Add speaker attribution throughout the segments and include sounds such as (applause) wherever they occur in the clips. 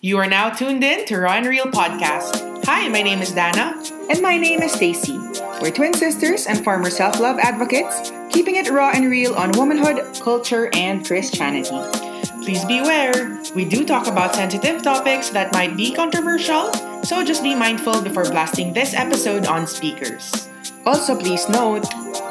Speaker 1: You are now tuned in to Raw and Real Podcast. Hi, my name is Dana.
Speaker 2: And my name is Stacy. We're twin sisters and former self love advocates, keeping it raw and real on womanhood, culture, and Christianity.
Speaker 1: Please beware, we do talk about sensitive topics that might be controversial, so just be mindful before blasting this episode on speakers.
Speaker 2: Also, please note,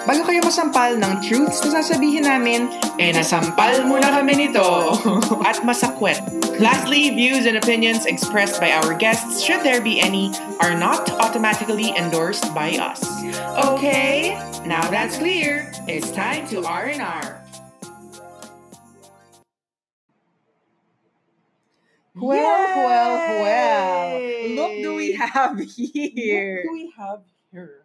Speaker 2: bago kayo masampal ng truths na sasabihin namin,
Speaker 1: Eh, nasampal muna kami nito! (laughs) At masakwet. Lastly, views and opinions expressed by our guests, should there be any, are not automatically endorsed by us. Okay, now that's clear. It's time to R&R.
Speaker 2: well, well, well, look do we
Speaker 1: Yay!
Speaker 2: have here.
Speaker 1: What do we have here?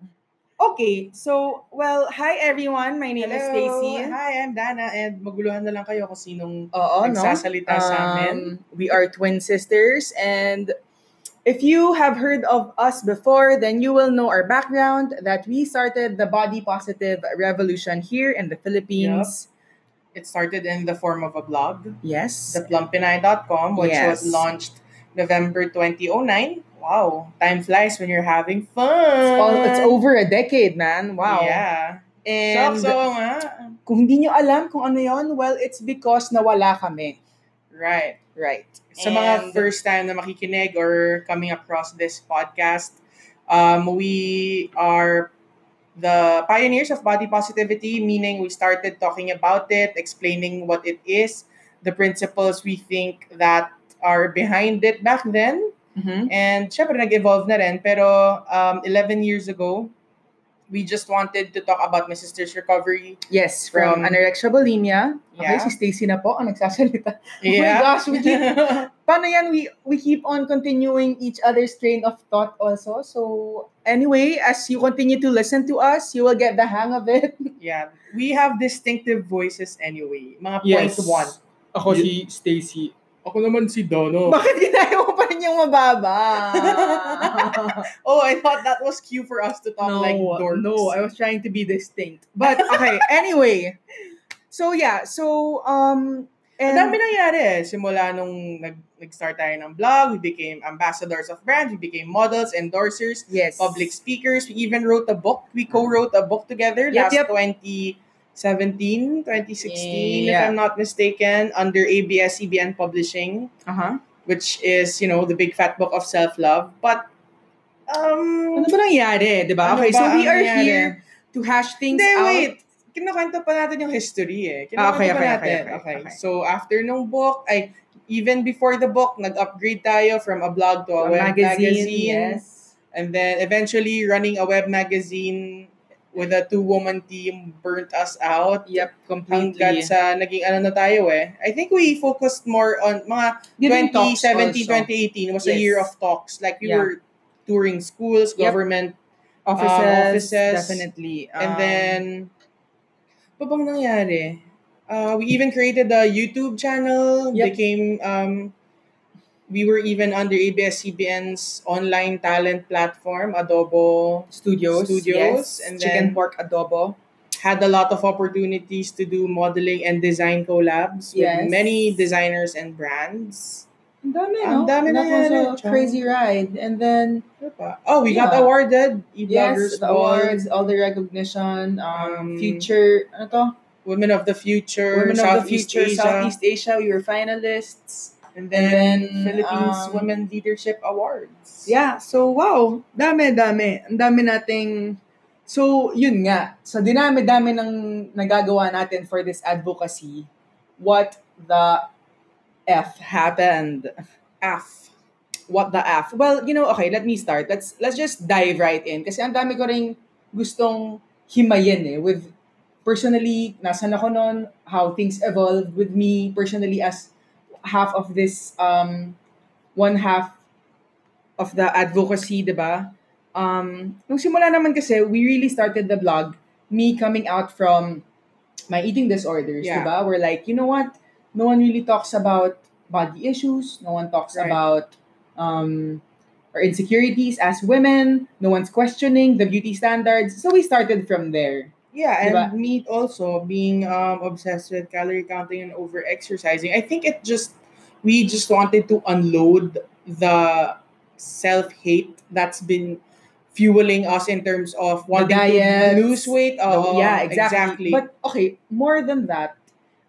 Speaker 2: Okay, so, well, hi everyone. My name is Stacy.
Speaker 1: Hi, I'm Dana and maguluhan na lang kayo kung sinong
Speaker 2: Oo, no?
Speaker 1: nagsasalita sa amin.
Speaker 2: Um, we are twin sisters and if you have heard of us before, then you will know our background that we started the body positive revolution here in the Philippines.
Speaker 1: It started in the form of a blog,
Speaker 2: Yes.
Speaker 1: theplumpinay.com, which
Speaker 2: Yes.
Speaker 1: was launched November 2009. Wow, time flies when you're having fun.
Speaker 2: It's, all, it's over a decade, man. Wow.
Speaker 1: Yeah.
Speaker 2: And
Speaker 1: so, so nga.
Speaker 2: kung hindi nyo alam kung ano yon, well, it's because nawala kami.
Speaker 1: Right.
Speaker 2: Right.
Speaker 1: Sa mga
Speaker 2: And-
Speaker 1: first time na makikinig or coming across this podcast, um, we are the pioneers of body positivity, meaning we started talking about it, explaining what it is, the principles we think that are behind it back then. (laughs) And syempre, nag-evolve na rin. Pero um, 11 years ago, we just wanted to talk about my sister's recovery.
Speaker 2: Yes, from,
Speaker 1: From-
Speaker 2: anorexia bulimia. Okay,
Speaker 1: Yeah.
Speaker 2: si Stacy na po ang nagsasalita. gosh, we keep-
Speaker 1: (laughs)
Speaker 2: Paano yan? We, (laughs) we keep on continuing each other's train of thought also. So, anyway, as you continue to listen to us, you will get the hang of
Speaker 1: (laughs)
Speaker 2: it.
Speaker 1: Yeah. We have distinctive voices anyway. Mga
Speaker 3: Yes.
Speaker 1: point one.
Speaker 3: Ako
Speaker 1: Yun.
Speaker 3: si Stacy. Ako naman si Dono.
Speaker 2: (laughs) Bakit ginaya mo pa rin yung mababa?
Speaker 1: (laughs) Oh, I thought that was cue for us to talk
Speaker 2: no,
Speaker 1: like dorks.
Speaker 2: no, I was trying to be distinct. But,
Speaker 1: (laughs)
Speaker 2: okay, anyway. So, yeah. So, um,
Speaker 1: Ang
Speaker 2: and,
Speaker 1: dami nangyari eh. Simula nung nag- nag-start tayo ng blog, we became ambassadors of brands, we became models, endorsers,
Speaker 2: yes.
Speaker 1: public speakers. We even wrote a book. We co-wrote a book together
Speaker 2: Yep,
Speaker 1: last
Speaker 2: yep.
Speaker 1: 2017, 2016,
Speaker 2: Yeah.
Speaker 1: if I'm not mistaken, under ABS-CBN E Publishing.
Speaker 2: Uh-huh.
Speaker 1: which is you know the big fat book of self love. But um,
Speaker 2: Ano ba nangyari, di ba?
Speaker 1: Ano
Speaker 2: okay,
Speaker 1: ba
Speaker 2: so we
Speaker 1: ang
Speaker 2: are
Speaker 1: nangyari?
Speaker 2: here to hash things
Speaker 1: hindi,
Speaker 2: out.
Speaker 1: wait. Kinakanta pa natin yung history eh. Kinakanta
Speaker 2: Ah, okay,
Speaker 1: pa
Speaker 2: okay,
Speaker 1: natin.
Speaker 2: okay, okay, okay.
Speaker 1: So after nung book, ay even before the book, nag-upgrade tayo from a blog to a,
Speaker 2: A
Speaker 1: web magazine.
Speaker 2: Oh, yes.
Speaker 1: And then eventually running a web magazine with a two-woman team burnt us out.
Speaker 2: Yep,
Speaker 1: Hanggang sa naging ano na tayo eh. I think we focused more on mga
Speaker 2: Giving talks
Speaker 1: 2017, 2018
Speaker 2: also.
Speaker 1: was a
Speaker 2: Yes.
Speaker 1: year of talks. Like we
Speaker 2: Yeah.
Speaker 1: were touring schools,
Speaker 2: Yep.
Speaker 1: government,
Speaker 2: offices,
Speaker 1: uh, offices.
Speaker 2: definitely.
Speaker 1: and
Speaker 2: Um,
Speaker 1: then, pa bang nangyari? Uh, we even created a YouTube channel,
Speaker 2: Yep.
Speaker 1: became, um, we were even under ABS-CBN's online talent platform, Adobo,
Speaker 2: studios,
Speaker 1: Studios,
Speaker 2: yes.
Speaker 1: and
Speaker 2: chicken
Speaker 1: then-
Speaker 2: pork adobo.
Speaker 1: had a lot of opportunities to do modeling and design collabs
Speaker 2: Yes.
Speaker 1: with many designers and brands.
Speaker 2: Ang dami,
Speaker 1: Ang dami
Speaker 2: That was
Speaker 1: nangyari,
Speaker 2: a
Speaker 1: Chong.
Speaker 2: crazy ride. And then,
Speaker 1: Ano pa? Oh, we got
Speaker 2: Yeah.
Speaker 1: awarded
Speaker 2: yes,
Speaker 1: e-bloggers
Speaker 2: the
Speaker 1: award.
Speaker 2: awards, all the recognition, um,
Speaker 1: Um,
Speaker 2: future, ano to?
Speaker 1: Women of the Future,
Speaker 2: Women of the
Speaker 1: Southeast
Speaker 2: Future,
Speaker 1: Asia,
Speaker 2: Southeast Asia, we were finalists.
Speaker 1: and
Speaker 2: And
Speaker 1: then,
Speaker 2: then,
Speaker 1: Philippines
Speaker 2: um,
Speaker 1: Women Leadership Awards.
Speaker 2: Yeah, so wow, dami, dami. Ang dami nating, so yun nga, sa dinami-dami ng nagagawa natin for this advocacy, what the F happened?
Speaker 1: F.
Speaker 2: What the F? Well, you know, okay, let me start. Let's let's just dive right in kasi ang dami ko ring gustong himayin eh with personally, nasan ako noon, how things evolved with me personally as half of this, um, one half of the advocacy, di ba? Um, nung simula naman kasi, we really started the blog, me coming out from my eating disorders,
Speaker 1: Yeah.
Speaker 2: di ba? We're like, you know what? No one really talks about body issues. No one talks
Speaker 1: Right.
Speaker 2: about um, our insecurities as women. No one's questioning the beauty standards. So we started from there.
Speaker 1: Yeah, and
Speaker 2: Diba?
Speaker 1: me also being um, obsessed with calorie counting and over exercising. I think it just we just wanted to unload the self-hate that's been fueling us in terms of wanting
Speaker 2: diets,
Speaker 1: to lose weight.
Speaker 2: Oh,
Speaker 1: Oo,
Speaker 2: yeah,
Speaker 1: exactly.
Speaker 2: exactly. But okay, more than that,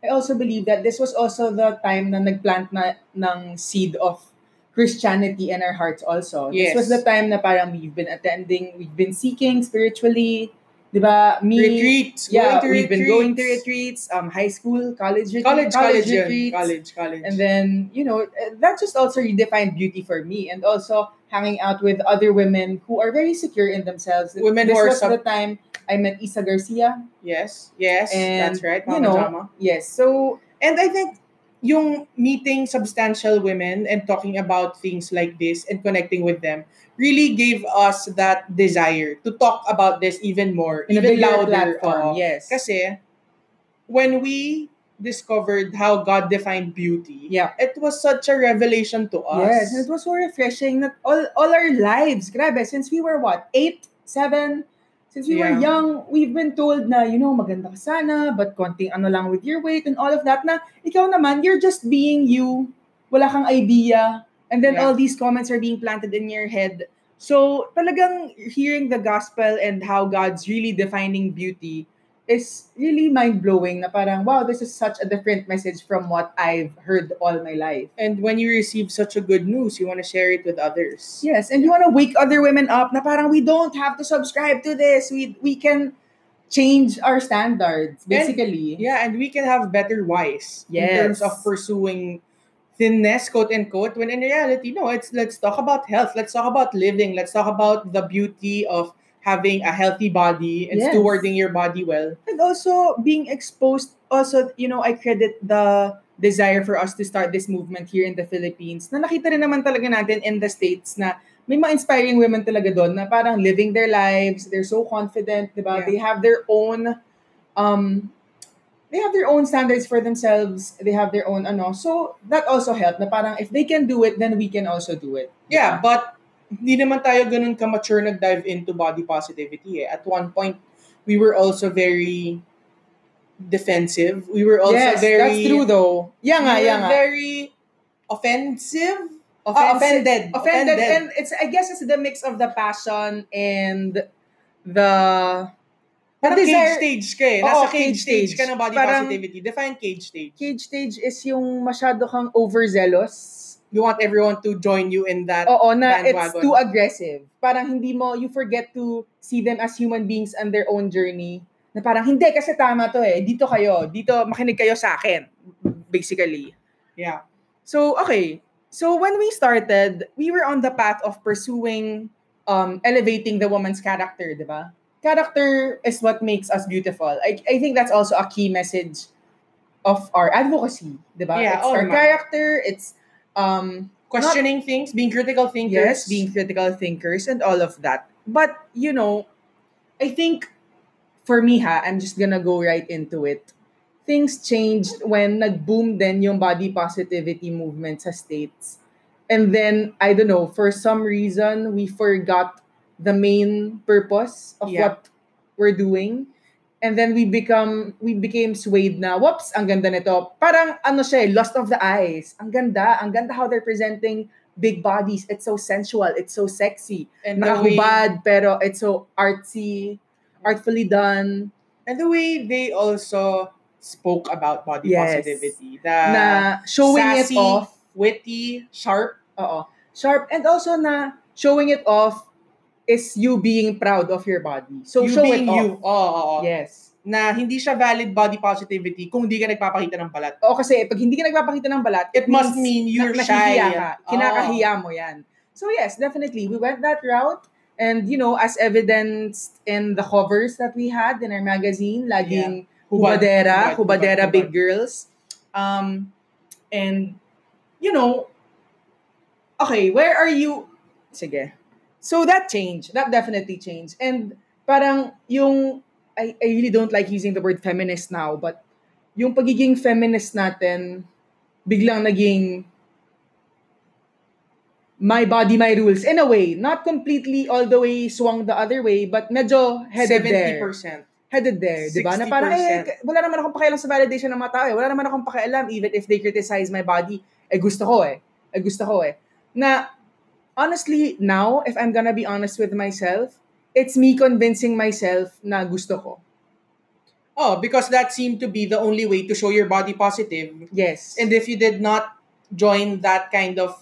Speaker 2: I also believe that this was also the time na nagplant na ng seed of Christianity in our hearts also.
Speaker 1: Yes.
Speaker 2: This was the time na parang we've been attending, we've been seeking spiritually, 'di ba? Me
Speaker 1: retreats.
Speaker 2: Yeah,
Speaker 1: going to
Speaker 2: we've been going to
Speaker 1: retreats.
Speaker 2: retreats, um high school, college retreats,
Speaker 1: College, college, yun.
Speaker 2: retreats.
Speaker 1: college, college.
Speaker 2: And then, you know, eh, that just also redefined beauty for me. And also hanging out with other women who are very secure in themselves.
Speaker 1: Women
Speaker 2: this
Speaker 1: who are
Speaker 2: was
Speaker 1: sub-
Speaker 2: the time I met Isa Garcia.
Speaker 1: yes, yes,
Speaker 2: And,
Speaker 1: that's right. Mama
Speaker 2: you know,
Speaker 1: Jama.
Speaker 2: Yes. So,
Speaker 1: And I think yung meeting substantial women and talking about things like this and connecting with them really gave us that desire to talk about this even more,
Speaker 2: in a
Speaker 1: even louder.
Speaker 2: bigger platform.
Speaker 1: Oo.
Speaker 2: yes.
Speaker 1: Kasi when we discovered how God defined beauty,
Speaker 2: Yeah.
Speaker 1: it was such a revelation to us.
Speaker 2: Yes. And it was so refreshing that all, all our lives, grabe, since we were what, eight, seven, since we were
Speaker 1: Yeah.
Speaker 2: young, we've been told na, you know, maganda ka sana, but konting ano lang with your weight and all of that na, ikaw naman, you're just being you, wala kang idea, and then
Speaker 1: Yeah.
Speaker 2: all these comments are being planted in your head. So, talagang hearing the gospel and how God's really defining beauty is really mind-blowing na parang, wow, this is such a different message from what I've heard all my life.
Speaker 1: And when you receive such a good news, you want to share it with others.
Speaker 2: Yes, and you want to wake other women up na parang we don't have to subscribe to this. We we can change our standards basically.
Speaker 1: Yeah, and we can have better whys in
Speaker 2: Yes.
Speaker 1: terms of pursuing thinness, quote unquote, when in reality, no, it's let's talk about health, let's talk about living, let's talk about the beauty of having a healthy body and
Speaker 2: Yes.
Speaker 1: stewarding your body well.
Speaker 2: And also being exposed also, you know, I credit the desire for us to start this movement here in the Philippines. Na nakita rin naman talaga natin in the states na may mga inspiring women talaga doon na parang living their lives, they're so confident, 'di ba?
Speaker 1: Yeah.
Speaker 2: They have their own um they have their own standards for themselves. They have their own ano. So that also helped na parang if they can do it, then we can also do it.
Speaker 1: Yeah, but hindi naman tayo ganun ka-mature nag-dive into body positivity eh. At one point, we were also very defensive. We were also
Speaker 2: yes,
Speaker 1: very...
Speaker 2: that's true though. Yeah nga,
Speaker 1: we
Speaker 2: yeah
Speaker 1: were
Speaker 2: nga.
Speaker 1: very offensive?
Speaker 2: Ah,
Speaker 1: offended.
Speaker 2: offended, and it's I guess it's the mix of the passion and the
Speaker 1: Parang cage
Speaker 2: Desire-
Speaker 1: stage ka eh.
Speaker 2: Oo,
Speaker 1: Nasa
Speaker 2: cage
Speaker 1: cage, stage ka
Speaker 2: stage.
Speaker 1: ng body
Speaker 2: Parang-
Speaker 1: positivity. Define cage stage.
Speaker 2: cage stage is yung masyado kang overzealous.
Speaker 1: You want everyone to join you in that.
Speaker 2: Oo, na it's
Speaker 1: bandwagon.
Speaker 2: too aggressive. Parang hindi mo, you forget to see them as human beings on their own journey. Na parang, hindi, kasi tama to eh. Dito kayo. Dito, makinig kayo sa akin. Basically.
Speaker 1: Yeah.
Speaker 2: So, okay. So, when we started, we were on the path of pursuing um, elevating the woman's character, di ba? Character is what makes us beautiful. I, I think that's also a key message of our advocacy, di ba?
Speaker 1: Yeah,
Speaker 2: it's
Speaker 1: all
Speaker 2: our
Speaker 1: naman.
Speaker 2: character, it's um,
Speaker 1: Questioning things, being critical thinkers.
Speaker 2: yes, being critical thinkers and all of that. But you know, I think for me ha, I'm just gonna go right into it. Things changed when nag-boom din yung body positivity movement sa states. And then I don't know, for some reason we forgot the main purpose of
Speaker 1: Yeah.
Speaker 2: what we're doing. And then we become we became swayed na, whoops, ang ganda nito. Parang ano siya, eh, lost of the eyes. Ang ganda, ang ganda how they're presenting big bodies. It's so sensual, it's so sexy.
Speaker 1: and the way,
Speaker 2: Nakahubad, pero it's so artsy, artfully done.
Speaker 1: and the way they also spoke about body
Speaker 2: Yes.
Speaker 1: positivity. The
Speaker 2: na showing
Speaker 1: Ah, sassy.
Speaker 2: it off.
Speaker 1: witty, sharp.
Speaker 2: Oo. Sharp. And also na showing it off is you being proud of your body. So
Speaker 1: you
Speaker 2: show
Speaker 1: being
Speaker 2: it off.
Speaker 1: you. Oo, oo, oo.
Speaker 2: Yes.
Speaker 1: Na hindi siya valid body positivity kung di ka nagpapakita ng balat.
Speaker 2: O kasi pag hindi ka nagpapakita ng balat,
Speaker 1: It must mean you're
Speaker 2: na-
Speaker 1: shy. Oh.
Speaker 2: nahihiya ka.
Speaker 1: Oo.
Speaker 2: Kinakahiya mo yan. So yes, definitely, we went that route. And you know, as evidenced in the covers that we had in our magazine, laging
Speaker 1: Hubad,
Speaker 2: Hubadera,
Speaker 1: hubad,
Speaker 2: Hubadera
Speaker 1: hubad,
Speaker 2: Big
Speaker 1: hubad.
Speaker 2: Girls. Um, and, you know, okay, where are you? Sige. So that changed. That definitely changed. And parang yung, I, I really don't like using the word feminist now, but yung pagiging feminist natin, biglang naging my body, my rules. In a way, not completely all the way swung the other way, but medyo headed there
Speaker 1: 70%.
Speaker 2: headed there, di ba? Na
Speaker 1: 60%.
Speaker 2: parang, eh, wala naman akong pakialam sa validation ng mga tao eh. Wala naman akong pakialam even if they criticize my body. eh gusto ko eh, eh gusto ko eh. Na, honestly, now, if I'm gonna be honest with myself, it's me convincing myself na gusto ko.
Speaker 1: Oh, because that seemed to be the only way to show your body positive.
Speaker 2: Yes.
Speaker 1: And if you did not join that kind of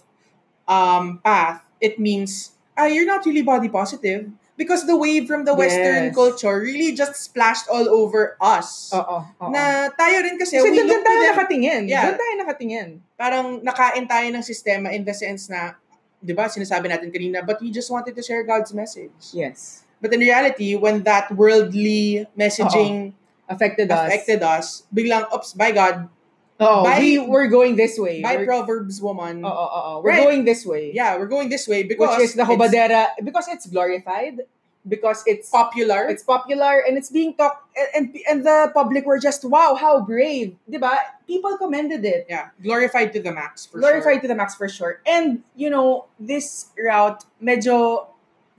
Speaker 1: um, path, it means ah, you're not really body positive. Because the wave from the Western
Speaker 2: Yes.
Speaker 1: culture really just splashed all over us.
Speaker 2: oo, oo.
Speaker 1: Na tayo rin kasi,
Speaker 2: Kasi
Speaker 1: we
Speaker 2: doon
Speaker 1: look
Speaker 2: doon
Speaker 1: to
Speaker 2: tayo
Speaker 1: them,
Speaker 2: nakatingin.
Speaker 1: Yeah.
Speaker 2: Doon tayo nakatingin.
Speaker 1: parang nakain tayo ng sistema in the sense na, di ba, sinasabi natin kanina, but we just wanted to share God's message.
Speaker 2: Yes.
Speaker 1: But in reality, when that worldly messaging
Speaker 2: Affected us.
Speaker 1: affected us, biglang, oops, by God,
Speaker 2: Oo,
Speaker 1: By-
Speaker 2: we, we're going this way.
Speaker 1: by
Speaker 2: we're,
Speaker 1: Proverbs woman,
Speaker 2: oo, oo, oo. We're
Speaker 1: Right.
Speaker 2: going this way.
Speaker 1: yeah, we're going this way because
Speaker 2: Oh, Which is the
Speaker 1: it's
Speaker 2: Hobadera. Because it's glorified. Because it's
Speaker 1: popular.
Speaker 2: it's popular and it's being talked and, and and the public were just wow how brave diba people commended it
Speaker 1: yeah, glorified to the max for
Speaker 2: glorified
Speaker 1: sure.
Speaker 2: to the max for sure. And, you know, this route medyo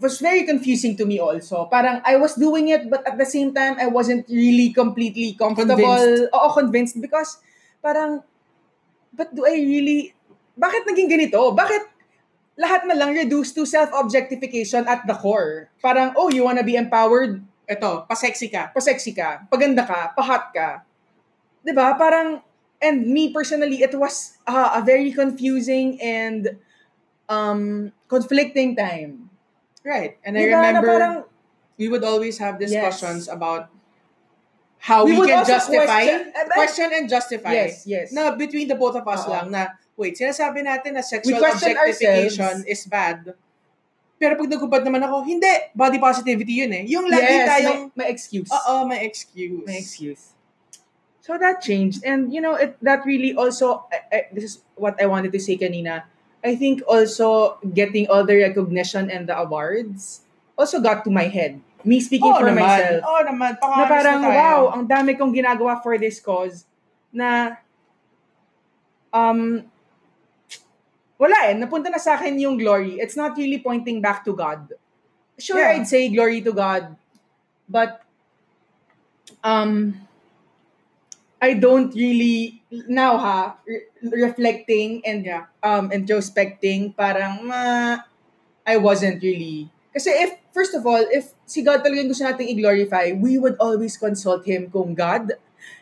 Speaker 2: was very confusing to me also. Parang I was doing it but at the same time I wasn't really completely comfortable.
Speaker 1: Convinced.
Speaker 2: Oo, convinced because parang but do I really bakit naging ganito? Bakit lahat na lang reduced to self-objectification at the core? Parang, oh, you wanna be empowered?
Speaker 1: Ito, pa-sexy ka.
Speaker 2: pa-sexy ka, paganda ka, pa-hot ka. 'Di ba? Parang, and me personally, it was uh, a very confusing and um, conflicting time.
Speaker 1: Right. And I
Speaker 2: Diba? Na
Speaker 1: remember
Speaker 2: parang,
Speaker 1: we would always have discussions
Speaker 2: Yes.
Speaker 1: about how we,
Speaker 2: would
Speaker 1: can
Speaker 2: also
Speaker 1: justify
Speaker 2: question,
Speaker 1: question,
Speaker 2: eh, but-
Speaker 1: and justify.
Speaker 2: Yes, yes.
Speaker 1: Na between the both of us
Speaker 2: Oo.
Speaker 1: lang na wait, sinasabi natin na sexual
Speaker 2: We question
Speaker 1: objectification is bad. Pero pag nagubad naman ako, hindi, body positivity yun eh. Yung lagi
Speaker 2: yes,
Speaker 1: tayong,
Speaker 2: may, may excuse.
Speaker 1: oo, may excuse.
Speaker 2: May excuse. So that changed. And, you know, it that really also, I, I, this is what I wanted to say kanina. I think also getting all the recognition and the awards also got to my head. Me speaking
Speaker 1: Oo
Speaker 2: for
Speaker 1: naman,
Speaker 2: myself.
Speaker 1: oo naman,
Speaker 2: na
Speaker 1: paka-honest
Speaker 2: parang,
Speaker 1: tayo.
Speaker 2: wow, ang dami kong ginagawa for this cause na um, wala eh, napunta na sa akin yung glory. It's not really pointing back to God. Sure,
Speaker 1: Yeah.
Speaker 2: I'd say glory to God, but um, I don't really, now ha, re- reflecting and
Speaker 1: Yeah.
Speaker 2: um, introspecting, parang ma, I wasn't really. Kasi if, first of all, if si God talaga yung gusto nating i-glorify, we would always consult Him kung God,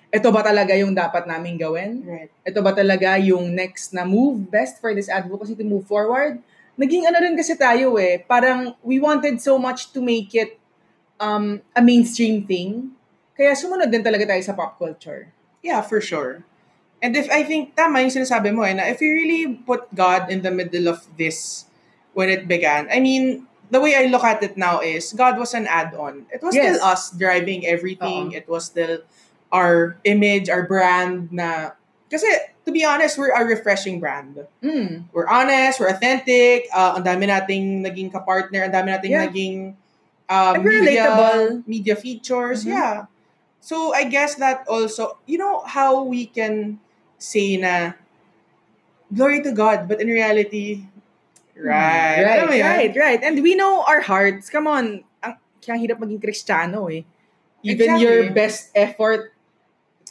Speaker 2: ito ba talaga yung dapat namin gawin?
Speaker 1: Right.
Speaker 2: Ito ba talaga yung next na move best for this advocacy to move forward? Naging ano rin kasi tayo eh, parang we wanted so much to make it um, a mainstream thing. Kaya sumunod din talaga tayo sa pop culture.
Speaker 1: Yeah, for sure. And if I think tama yung sinasabi mo eh, na if you really put God in the middle of this when it began, I mean, the way I look at it now is God was an add-on. It was still
Speaker 2: Yes.
Speaker 1: us driving everything.
Speaker 2: Oo.
Speaker 1: It was still our image, our brand na... Kasi, to be honest, we're a refreshing brand.
Speaker 2: Mm.
Speaker 1: We're honest, we're authentic, uh, ang dami nating naging kapartner, ang dami nating
Speaker 2: Yeah.
Speaker 1: naging uh,
Speaker 2: And we're
Speaker 1: media,
Speaker 2: relatable.
Speaker 1: media features.
Speaker 2: Mhm.
Speaker 1: Yeah. So I guess that also, you know how we can say na glory to God, but in reality, right.
Speaker 2: Hmm. Right,
Speaker 1: Alam mo yun?
Speaker 2: right, right. And we know our hearts. Come on. Ang, kaya ang hirap maging kristyano eh. Even
Speaker 1: Exactly.
Speaker 2: your best effort,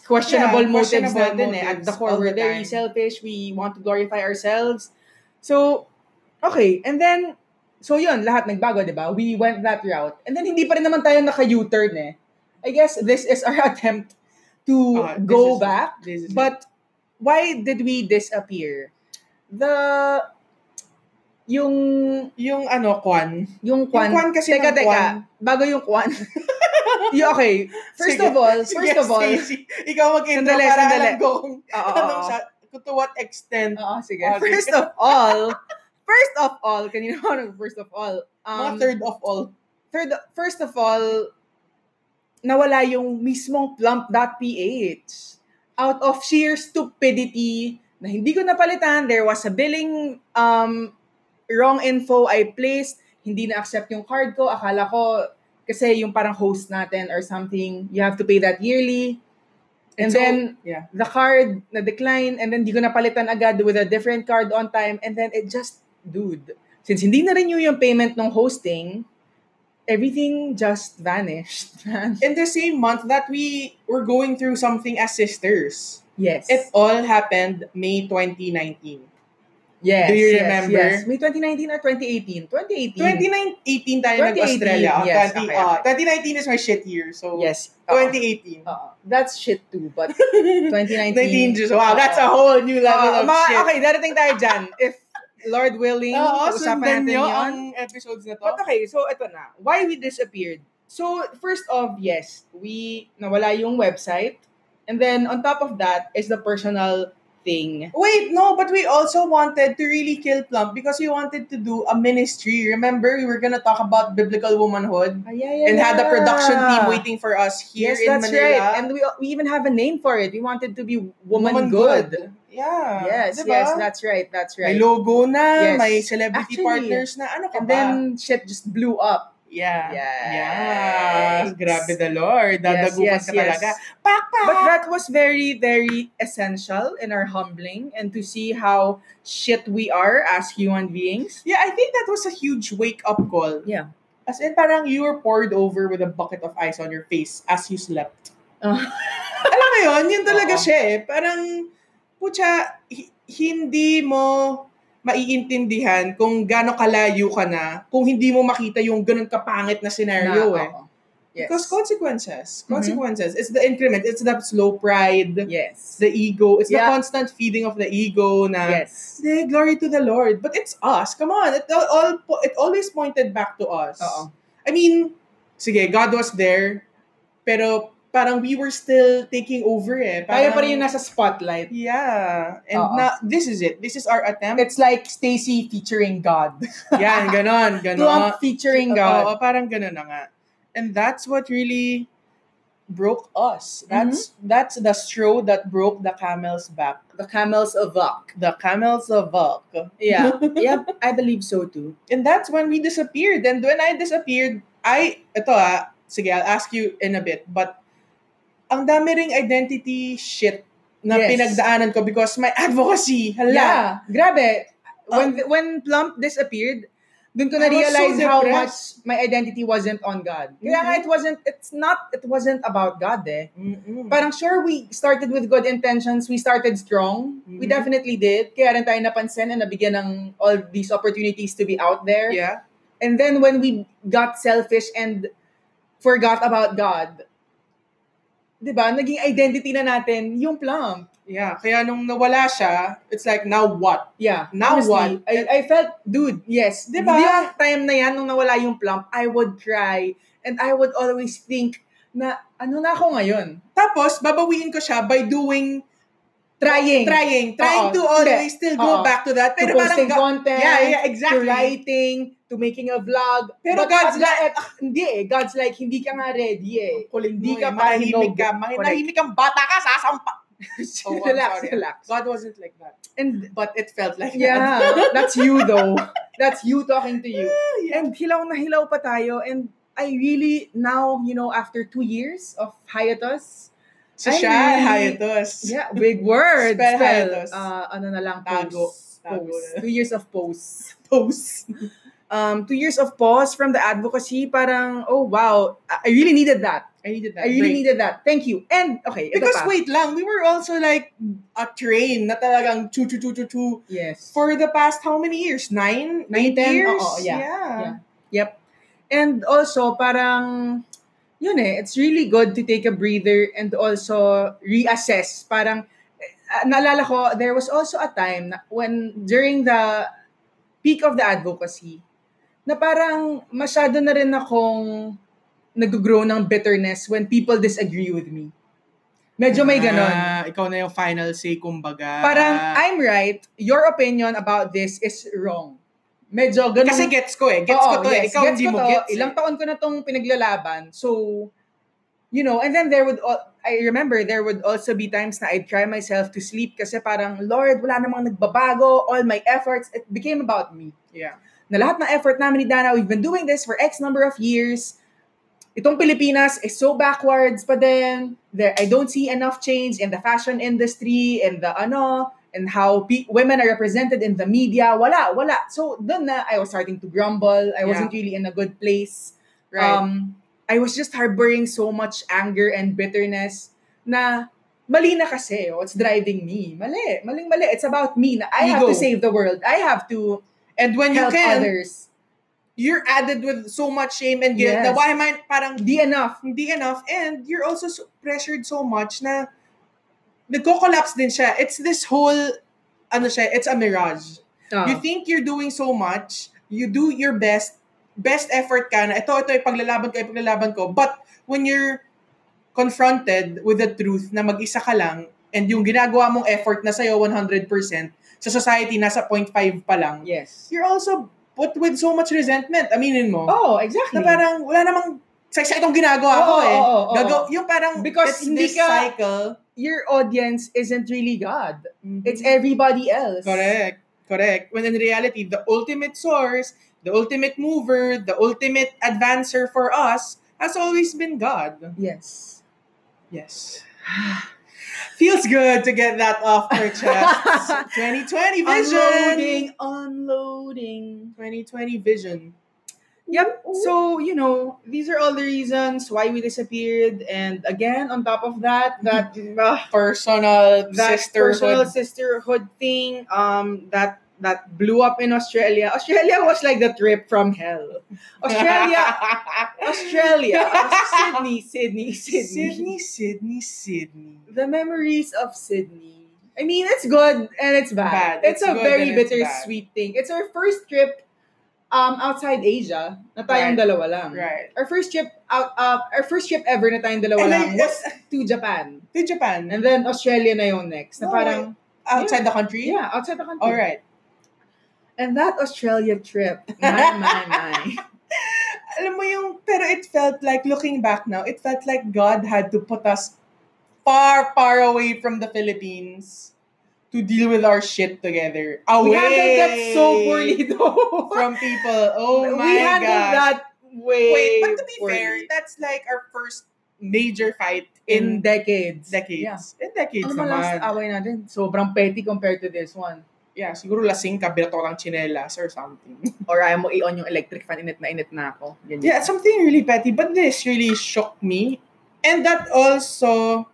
Speaker 2: questionable
Speaker 1: Yeah,
Speaker 2: motives
Speaker 1: questionable
Speaker 2: natin eh. At
Speaker 1: motives
Speaker 2: the core,
Speaker 1: all
Speaker 2: we're
Speaker 1: the
Speaker 2: very
Speaker 1: time.
Speaker 2: selfish. We want to glorify ourselves. So, okay. And then, so yun, lahat nagbago, di ba? We went that route. And then, hindi pa rin naman tayo naka-U-turn eh. I guess this is our (laughs) attempt to
Speaker 1: Ah, this
Speaker 2: go
Speaker 1: is-
Speaker 2: back.
Speaker 1: this is it.
Speaker 2: But why did we disappear? The yung
Speaker 1: yung ano,
Speaker 2: (laughs)
Speaker 1: Kwan,
Speaker 2: yung Kwan.
Speaker 1: Kwan kasi ng
Speaker 2: teka, teka.
Speaker 1: Kwan.
Speaker 2: Bago yung Kwan. (laughs) yung, okay. First
Speaker 1: Sige.
Speaker 2: of all, first
Speaker 1: (laughs) Sige,
Speaker 2: of all.
Speaker 1: Stacey, ikaw mag-intro
Speaker 2: Sandali,
Speaker 1: para
Speaker 2: sandali.
Speaker 1: alam ko kung
Speaker 2: Oo,
Speaker 1: anong
Speaker 2: oo.
Speaker 1: sa, to what extent.
Speaker 2: Oo, sige.
Speaker 1: Okay.
Speaker 2: First of all, first of all, kanina ako nag- first of all.
Speaker 1: mga
Speaker 2: Um,
Speaker 1: third of all.
Speaker 2: third, first of all, nawala yung mismong plump.ph. Out of sheer stupidity na hindi ko napalitan, there was a billing um, wrong info I placed, hindi na-accept yung card ko, akala ko, kasi yung parang host natin or something, you have to pay that yearly. And
Speaker 1: So,
Speaker 2: then,
Speaker 1: yeah.
Speaker 2: the card na decline and then di ko napalitan agad with a different card on time and then it just dude since hindi na renew yung payment ng hosting everything just vanished (laughs) man
Speaker 1: in the same month that we were going through something as sisters.
Speaker 2: Yes.
Speaker 1: It all happened May 2019.
Speaker 2: yes.
Speaker 1: do you
Speaker 2: yes,
Speaker 1: remember?
Speaker 2: Yes. May 2019 or 2018?
Speaker 1: 2018
Speaker 2: 2018.
Speaker 1: tayo
Speaker 2: 2018,
Speaker 1: nag-Australia.
Speaker 2: Mm. yes,
Speaker 1: Yes, 20,
Speaker 2: okay,
Speaker 1: ah,
Speaker 2: okay.
Speaker 1: 2019 is my shit year. So,
Speaker 2: Yes. Oo.
Speaker 1: 2018. (laughs)
Speaker 2: Oo. that's shit too, but
Speaker 1: 19
Speaker 2: 2019.
Speaker 1: Jews. Wow, that's a whole new level
Speaker 2: Oo,
Speaker 1: of
Speaker 2: mga-
Speaker 1: shit.
Speaker 2: Okay, darating tayo dyan. If Lord willing,
Speaker 1: Oo, sundan
Speaker 2: usapan natin
Speaker 1: nyo
Speaker 2: yun.
Speaker 1: ang episodes na to.
Speaker 2: But uh, okay, so ito na. Why we disappeared? So, first off, yes, we nawala yung website. And then, on top of that is the personal thing.
Speaker 1: Wait, no, but we also wanted to really kill Plump because we wanted to do a ministry. Remember, we were gonna talk about biblical womanhood
Speaker 2: Ah,
Speaker 1: and had a production team waiting for us here
Speaker 2: Yes,
Speaker 1: in
Speaker 2: that's
Speaker 1: Manila.
Speaker 2: right. And we, we even have a name for it. We wanted to be Woman,
Speaker 1: Woman
Speaker 2: Good.
Speaker 1: Yeah.
Speaker 2: Yes,
Speaker 1: diba?
Speaker 2: yes, that's right, that's
Speaker 1: May
Speaker 2: right.
Speaker 1: logo na,
Speaker 2: Yes.
Speaker 1: may celebrity
Speaker 2: Actually,
Speaker 1: partners na, ano ka
Speaker 2: And
Speaker 1: ba?
Speaker 2: then, shit just blew up.
Speaker 1: yeah.
Speaker 2: Yes.
Speaker 1: Yes. Grabe the Lord. Dadagupan ka
Speaker 2: yes, yes.
Speaker 1: talaga. Pak, pak!
Speaker 2: But that was very, very essential in our humbling and to see how shit we are as human beings.
Speaker 1: Yeah, I think that was a huge wake up call.
Speaker 2: Yeah.
Speaker 1: As in, parang you were poured over with a bucket of ice on your face as you slept.
Speaker 2: Ah, (laughs)
Speaker 1: Alam mo yun, yun talaga
Speaker 2: Oo.
Speaker 1: siya eh. Parang, pucha, hi- hindi mo maiintindihan kung gaano kalayo ka na kung hindi mo makita yung ganun kapangit na scenario eh.
Speaker 2: oo.
Speaker 1: Because consequences,
Speaker 2: Mhm.
Speaker 1: consequences. It's the increment, it's the slow pride, it's
Speaker 2: yes.
Speaker 1: the ego, it's
Speaker 2: Yeah.
Speaker 1: the constant feeding of the ego na
Speaker 2: yes.
Speaker 1: Say glory to the Lord. But it's us. Come on. It all, all po- it always pointed back to us.
Speaker 2: Oo.
Speaker 1: I mean, sige, God was there, pero parang we were still taking over eh.
Speaker 2: Tayo
Speaker 1: Parang-
Speaker 2: pa rin yung nasa spotlight.
Speaker 1: Yeah. And
Speaker 2: Oo.
Speaker 1: na, this is it. This is our attempt. (laughs)
Speaker 2: It's like Stacy featuring God.
Speaker 1: Yan,
Speaker 2: (laughs)
Speaker 1: ganon, ganon.
Speaker 2: Plump
Speaker 1: Oo,
Speaker 2: featuring God.
Speaker 1: parang ganon na nga. And that's what really broke us. That's
Speaker 2: Mm-hmm.
Speaker 1: that's the straw that broke the camel's back.
Speaker 2: The camels of Vok.
Speaker 1: The camel's a buck.
Speaker 2: Yeah. (laughs) yep, I believe so too.
Speaker 1: And that's when we disappeared. And when I disappeared, I, ito ah, sige, I'll ask you in a bit, but ang dami ring identity shit na
Speaker 2: Yes.
Speaker 1: pinagdaanan ko because my (laughs) advocacy, hala.
Speaker 2: Yeah. Grabe. When when Plump disappeared, dun ko
Speaker 1: Oh. I was so
Speaker 2: na-realize how much
Speaker 1: depressed.
Speaker 2: my identity wasn't on God. Kaya nga
Speaker 1: Mhm.
Speaker 2: it wasn't, it's not, it wasn't about God eh.
Speaker 1: Mm-mm.
Speaker 2: Parang sure, we started with good intentions. We started strong. We
Speaker 1: Mhm.
Speaker 2: definitely did. Kaya rin tayo napansin and nabigyan ng all these opportunities to be out there.
Speaker 1: yeah.
Speaker 2: And then when we got selfish and forgot about God, di ba, naging identity na natin yung plump.
Speaker 1: Yeah. Kaya nung nawala siya, it's like, now what?
Speaker 2: Yeah.
Speaker 1: Now
Speaker 2: honestly,
Speaker 1: what?
Speaker 2: I, I felt, dude, yes. Di ba?
Speaker 1: Di ba?
Speaker 2: Yung time na yan, nung nawala yung plump, I would cry. And I would always think na, ano na ako ngayon?
Speaker 1: Tapos, babawiin ko siya by doing,
Speaker 2: Trying.
Speaker 1: trying, trying
Speaker 2: Oo.
Speaker 1: to always still go
Speaker 2: Oo.
Speaker 1: back to that.
Speaker 2: to
Speaker 1: Pero parang,
Speaker 2: posting
Speaker 1: ga-
Speaker 2: content,
Speaker 1: yeah, yeah,
Speaker 2: to
Speaker 1: exactly.
Speaker 2: writing, to making a vlog.
Speaker 1: Pero
Speaker 2: But
Speaker 1: God's
Speaker 2: at the end, hindi eh. God's like, hindi ka nga ready (laughs) eh.
Speaker 1: Kuling mo
Speaker 2: Hindi ka
Speaker 1: eh,
Speaker 2: pa
Speaker 1: manahimik
Speaker 2: hinog.
Speaker 1: ka, mahi-
Speaker 2: Correct.
Speaker 1: nahimik kang bata ka, sasampa.
Speaker 2: (laughs)
Speaker 1: Oh, I'm
Speaker 2: relax,
Speaker 1: sorry.
Speaker 2: relax.
Speaker 1: God wasn't like that.
Speaker 2: (laughs) And
Speaker 1: But it felt like that. (laughs)
Speaker 2: yeah, that's you though. That's you talking to you.
Speaker 1: Yeah.
Speaker 2: And hilaw na hilaw pa tayo. And I really, now, you know, after two years of hiatus,
Speaker 1: Si
Speaker 2: I
Speaker 1: siya,
Speaker 2: really-
Speaker 1: hiatus.
Speaker 2: yeah, big word.
Speaker 1: Spell
Speaker 2: spell,
Speaker 1: hiatus.
Speaker 2: Uh, ano na lang,
Speaker 1: Tago.
Speaker 2: pause.
Speaker 1: Tago
Speaker 2: Pause.
Speaker 1: na.
Speaker 2: Two years of (laughs) pause.
Speaker 1: Post.
Speaker 2: Um, two years of pause from the advocacy, parang, oh wow, I I really needed that.
Speaker 1: I needed that
Speaker 2: I really
Speaker 1: break.
Speaker 2: needed that. Thank you. And, okay,
Speaker 1: eh,
Speaker 2: ito
Speaker 1: Because
Speaker 2: pa.
Speaker 1: wait lang, we were also like a train na talagang chu chu chu chu chu
Speaker 2: yes.
Speaker 1: for the past how many years? Nine? Eight
Speaker 2: Nine, ten?
Speaker 1: years?
Speaker 2: Oo, yeah,
Speaker 1: yeah.
Speaker 2: yeah. Yep. And also, parang, yun eh, it's really good to take a breather and also reassess. Parang, eh, naalala ko, there was also a time na- when, during the peak of the advocacy, na parang masyado na rin akong nag-grow ng bitterness when people disagree with me. Medyo may ganon.
Speaker 1: Ah, ikaw na yung final say, kumbaga.
Speaker 2: Parang, I'm right, your opinion about this is wrong. Medyo ganon.
Speaker 1: Kasi gets ko eh. Gets ko
Speaker 2: Oo,
Speaker 1: to eh.
Speaker 2: yes,
Speaker 1: Ikaw
Speaker 2: gets
Speaker 1: hindi
Speaker 2: ko
Speaker 1: mo
Speaker 2: to.
Speaker 1: gets. eh.
Speaker 2: Ilang taon ko na tong pinaglalaban. So, you know, and then there would, al- I remember there would also be times na I'd cry myself to sleep kasi parang, Lord, wala namang nagbabago. All my efforts, it became about me.
Speaker 1: Yeah.
Speaker 2: Na lahat ng effort namin ni Dana, we've been doing this for X number of years. Itong Pilipinas is so backwards pa din. There, I don't see enough change in the fashion industry and the ano, and how pe- women are represented in the media. Wala, wala. So, dun na, I was starting to grumble.
Speaker 1: Yeah.
Speaker 2: I
Speaker 1: Um,
Speaker 2: wasn't really in a good place.
Speaker 1: Right.
Speaker 2: Um, I was just harboring so much anger and bitterness na mali na kasi, what's driving me? Mali, maling mali. It's about me na I have
Speaker 1: Ego.
Speaker 2: to save the world. I have to
Speaker 1: And when you
Speaker 2: help
Speaker 1: can,
Speaker 2: others.
Speaker 1: you're added with so much shame and guilt
Speaker 2: Yes.
Speaker 1: na why am I parang
Speaker 2: Di enough.
Speaker 1: hindi enough and you're also so- pressured so much na nagko-collapse din siya. It's this whole ano siya, it's a mirage.
Speaker 2: Ah.
Speaker 1: You think you're doing so much, you do your best, best effort ka na ito, ito, ipaglalaban ko, ipaglalaban ko. But when you're confronted with the truth na mag-isa ka lang and yung ginagawa mong effort na sa'yo 100%, sa society, nasa 0.5 pa lang,
Speaker 2: yes.
Speaker 1: you're also put with so much resentment. Aminin mo.
Speaker 2: Oh, exactly.
Speaker 1: Na parang wala namang sa isa itong ginagawa ko
Speaker 2: Oo,
Speaker 1: eh.
Speaker 2: oo, oo.
Speaker 1: Gago- yung parang
Speaker 2: Because
Speaker 1: it's
Speaker 2: hindi
Speaker 1: this
Speaker 2: ka-
Speaker 1: cycle. Mm-hmm.
Speaker 2: Your audience isn't really God. It's everybody else.
Speaker 1: correct. Correct. When in reality, the ultimate source, the ultimate mover, the ultimate advancer for us has always been God.
Speaker 2: Yes.
Speaker 1: Yes. (sighs) Feels good to get that off (laughs) our chests. 2020 vision.
Speaker 2: Unloading, unloading.
Speaker 1: 2020 vision.
Speaker 2: Yep. So, you know, these are all the reasons why we disappeared. And again, on top of that, that ah,
Speaker 1: Mm-hmm. Personal
Speaker 2: that personal
Speaker 1: sisterhood.
Speaker 2: sisterhood thing um that that blew up in Australia. Australia was like the trip from hell. (laughs) Australia, (laughs) Australia, Sydney, Sydney, Sydney,
Speaker 1: Sydney, Sydney, Sydney.
Speaker 2: The memories of Sydney. I mean, it's good and it's bad.
Speaker 1: Bad.
Speaker 2: It's,
Speaker 1: It's
Speaker 2: a
Speaker 1: good
Speaker 2: very
Speaker 1: and it's
Speaker 2: bittersweet thing. It's our first trip um outside Asia na tayong
Speaker 1: Right.
Speaker 2: dalawa lang.
Speaker 1: Right.
Speaker 2: Our first trip out uh, our first trip ever na tayong dalawa
Speaker 1: And
Speaker 2: lang
Speaker 1: then,
Speaker 2: was to Japan.
Speaker 1: to Japan.
Speaker 2: And then Australia na yung next. Na
Speaker 1: No,
Speaker 2: parang
Speaker 1: outside the country?
Speaker 2: Yeah, outside the country.
Speaker 1: All right.
Speaker 2: And that Australia trip, my, my,
Speaker 1: (laughs)
Speaker 2: my.
Speaker 1: Alam mo yung, pero it felt like, looking back now, it felt like God had to put us far, far away from the Philippines to deal with our shit together. Away!
Speaker 2: We handled that so poorly, though.
Speaker 1: From people. Oh my
Speaker 2: we handled
Speaker 1: gosh.
Speaker 2: that way
Speaker 1: Wait, but to be
Speaker 2: poorly.
Speaker 1: fair, that's like our first major fight
Speaker 2: in
Speaker 1: in,
Speaker 2: decades. Yeah.
Speaker 1: decades. In decades
Speaker 2: Ano ba last
Speaker 1: naman.
Speaker 2: away natin? Sobrang petty compared to this one.
Speaker 1: Yeah, siguro lasing ka, binato ng chinelas or something.
Speaker 2: Or ayaw mo i-on yung electric fan, init na init na ako. Ganyan.
Speaker 1: Yeah, something really petty, but this really shocked me. And that also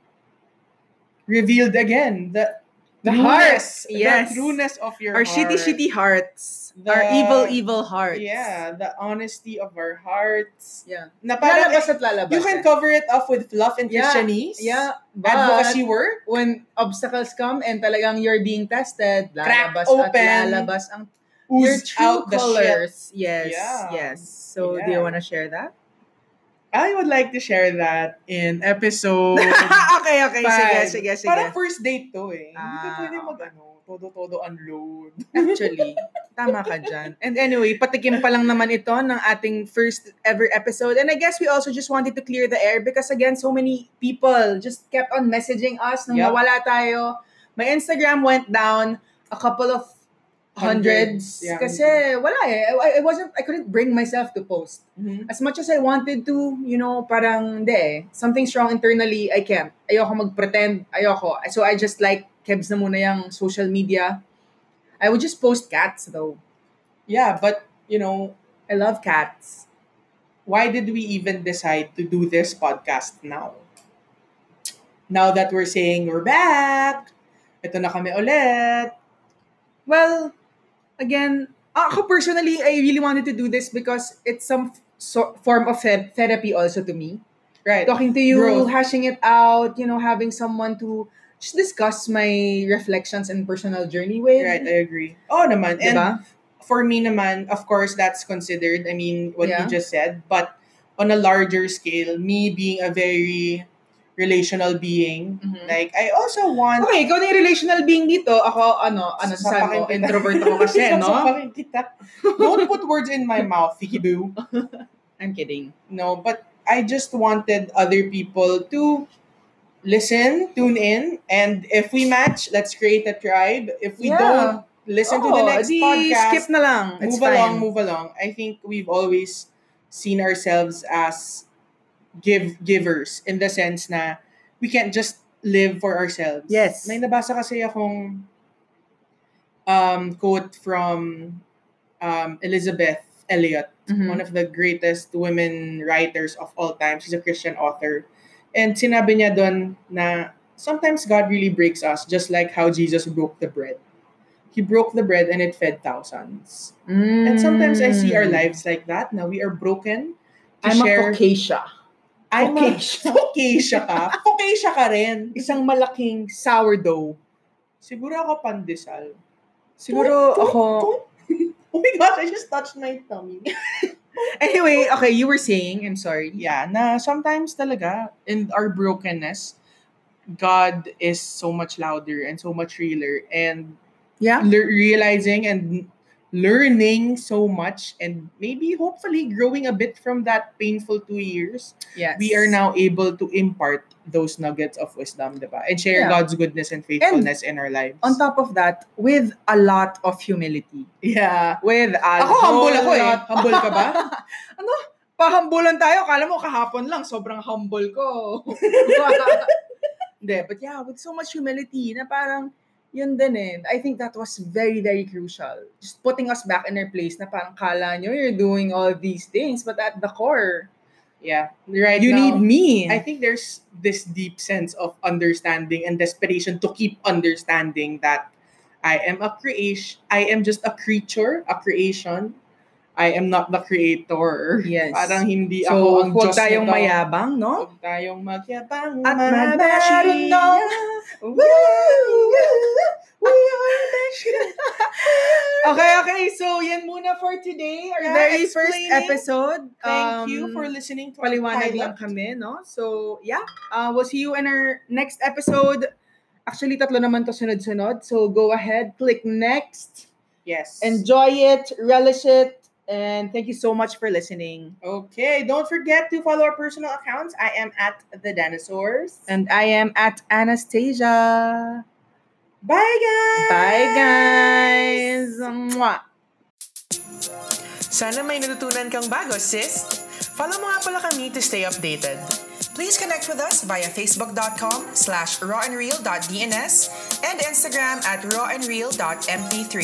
Speaker 1: revealed again the
Speaker 2: The
Speaker 1: trueness-
Speaker 2: hearts, yes.
Speaker 1: the trueness of your
Speaker 2: Our
Speaker 1: heart.
Speaker 2: shitty, shitty hearts.
Speaker 1: The-
Speaker 2: Our evil, evil hearts.
Speaker 1: Yeah, the honesty of our hearts.
Speaker 2: Yeah.
Speaker 1: Na parang,
Speaker 2: Lalabas at lalabas.
Speaker 1: eh, you can cover it up with fluff and
Speaker 2: Yeah,
Speaker 1: Christianese.
Speaker 2: Yeah. But,
Speaker 1: Advocacy work.
Speaker 2: when obstacles come and talagang you're being tested,
Speaker 1: Crack
Speaker 2: lalabas
Speaker 1: open.
Speaker 2: at lalabas ang your
Speaker 1: Oozed
Speaker 2: true
Speaker 1: out the shit.
Speaker 2: colors. Yes,
Speaker 1: Yeah.
Speaker 2: yes. So do
Speaker 1: Yeah.
Speaker 2: you want to share
Speaker 1: (laughs)
Speaker 2: that?
Speaker 1: I would like to share that in (laughs) episode
Speaker 2: okay, okay.
Speaker 1: five.
Speaker 2: Sige, sige, sige.
Speaker 1: Parang first date to eh. Hindi ka
Speaker 2: Ah,
Speaker 1: pwede
Speaker 2: okay.
Speaker 1: mag ano, todo-todo unload. (laughs)
Speaker 2: Actually, tama ka dyan. And anyway, patikim pa lang naman ito ng ating first ever episode. And I guess we also just wanted to clear the air because again, so many people just kept on messaging us nung
Speaker 1: Yup.
Speaker 2: nawala tayo. My Instagram went down a couple of hundreds.
Speaker 1: Hundreds, yeah.
Speaker 2: Kasi wala eh. I, I wasn't, I couldn't bring myself to post. as much as I wanted to, you know, parang, hindi eh. Something's wrong internally, I can't. Ayoko mag-pretend, ayoko. So I just like, kebs na muna yung social media. I would just post cats though.
Speaker 1: Yeah, but you know,
Speaker 2: I love cats.
Speaker 1: why did we even decide to do this podcast now? Now that we're saying we're back, ito na kami ulit.
Speaker 2: Well, again, ako personally, I really wanted to do this because it's some so- form of ther- therapy also to me.
Speaker 1: Right.
Speaker 2: Talking to you,
Speaker 1: Growth.
Speaker 2: hashing it out, you know, having someone to just discuss my reflections and personal journey with.
Speaker 1: Right, I agree. Oh naman. And
Speaker 2: Diba?
Speaker 1: for me naman, of course, that's considered, I mean, what
Speaker 2: Yeah.
Speaker 1: you just said, but on a larger scale, me being a very relational being,
Speaker 2: Mhm.
Speaker 1: Mm. like, I also want
Speaker 2: Okay, Oh ikaw na yung relational being dito. Ako, ano, ano, sa
Speaker 1: Sasapakin
Speaker 2: mo,
Speaker 1: kita.
Speaker 2: introvert
Speaker 1: (laughs)
Speaker 2: ako (laughs) kasi, no?
Speaker 1: Sasapakin kita. Don't put words in my mouth, Vicky Boo.
Speaker 2: I'm kidding.
Speaker 1: No, but I just wanted other people to listen, tune in, and if we match, let's create a tribe. If we
Speaker 2: Yeah.
Speaker 1: don't, listen to the
Speaker 2: Oo,
Speaker 1: next
Speaker 2: di,
Speaker 1: podcast.
Speaker 2: skip na lang. It's
Speaker 1: move
Speaker 2: fine.
Speaker 1: along, move along. I think we've always seen ourselves as give givers in the sense na we can't just live for ourselves.
Speaker 2: Yes.
Speaker 1: May nabasa kasi akong um, quote from um, Elizabeth Elliot
Speaker 2: Mhm.
Speaker 1: one of the greatest women writers of all time. She's a Christian author. And sinabi niya doon na sometimes God really breaks us, just like how Jesus broke the bread. He broke the bread and it fed thousands. And sometimes I see our lives like that. Now we are broken to
Speaker 2: Mm. I'm
Speaker 1: share.
Speaker 2: a focaccia.
Speaker 1: I'm a (laughs)
Speaker 2: focaccia.
Speaker 1: focaccia ka. Focaccia ka rin.
Speaker 2: Isang malaking sourdough.
Speaker 1: Siguro ako pandesal.
Speaker 2: Siguro
Speaker 1: Tung, tung,
Speaker 2: ako...
Speaker 1: tung. (laughs) Oh my gosh, I just touched my tummy. (laughs)
Speaker 2: Anyway, okay, you were saying, I'm sorry.
Speaker 1: yeah, na sometimes talaga in our brokenness, God is so much louder and so much realer and
Speaker 2: Yeah?
Speaker 1: lear- realizing and learning so much and maybe hopefully growing a bit from that painful two years,
Speaker 2: Yes.
Speaker 1: we are now able to impart those nuggets of wisdom, diba? And share
Speaker 2: Yeah.
Speaker 1: God's goodness and faithfulness in our lives.
Speaker 2: On top of that, with a lot of humility.
Speaker 1: yeah.
Speaker 2: With a
Speaker 1: Ako humble ako eh.
Speaker 2: lot-
Speaker 1: Humble ka
Speaker 2: (laughs)
Speaker 1: ba?
Speaker 2: ano? Pahambulan tayo. Kala mo kahapon lang, sobrang humble
Speaker 1: (laughs)
Speaker 2: ko. Hindi, but yeah, with so much humility na parang yun din eh. I think that was very, very crucial. Just putting us back in our place na parang kala nyo you're doing all these things but at the core,
Speaker 1: Yeah. Right
Speaker 2: you
Speaker 1: now,
Speaker 2: need me.
Speaker 1: I think there's this deep sense of understanding and desperation to keep understanding that I am a creation. I am just a creature, a creation. I am not the creator.
Speaker 2: yes.
Speaker 1: Parang hindi ako
Speaker 2: so,
Speaker 1: ang
Speaker 2: huwag
Speaker 1: Diyos
Speaker 2: tayong
Speaker 1: nito.
Speaker 2: mayabang, no?
Speaker 1: Huwag tayong magyabang.
Speaker 2: At
Speaker 1: mga bashi.
Speaker 2: mabashi. Woo! Woo! (laughs) okay, okay. So, yan muna for today. Our
Speaker 1: Yeah,
Speaker 2: very first
Speaker 1: explaining.
Speaker 2: episode.
Speaker 1: Thank
Speaker 2: Um,
Speaker 1: you for listening to our
Speaker 2: Paliwanag lang
Speaker 1: pilot.
Speaker 2: kami, no? So, yeah. Uh, we'll see you in our next episode. Actually, tatlo naman to sunod-sunod. So, go ahead. Click next.
Speaker 1: Yes.
Speaker 2: Enjoy it. Relish it. And thank you so much for listening.
Speaker 1: okay, don't forget to follow our personal accounts. I am at the dinosaurs.
Speaker 2: And I am at Anastasia.
Speaker 1: bye guys.
Speaker 2: Bye, guys! Mwah!
Speaker 4: Sana may natutunan kang bago, sis! Follow mo nga pala kami to stay updated. Please connect with us via facebook.com slash rawandreal.dns and Instagram at rawandreal.mp3.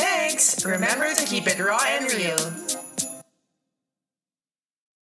Speaker 4: Thanks! Remember to keep it raw and real!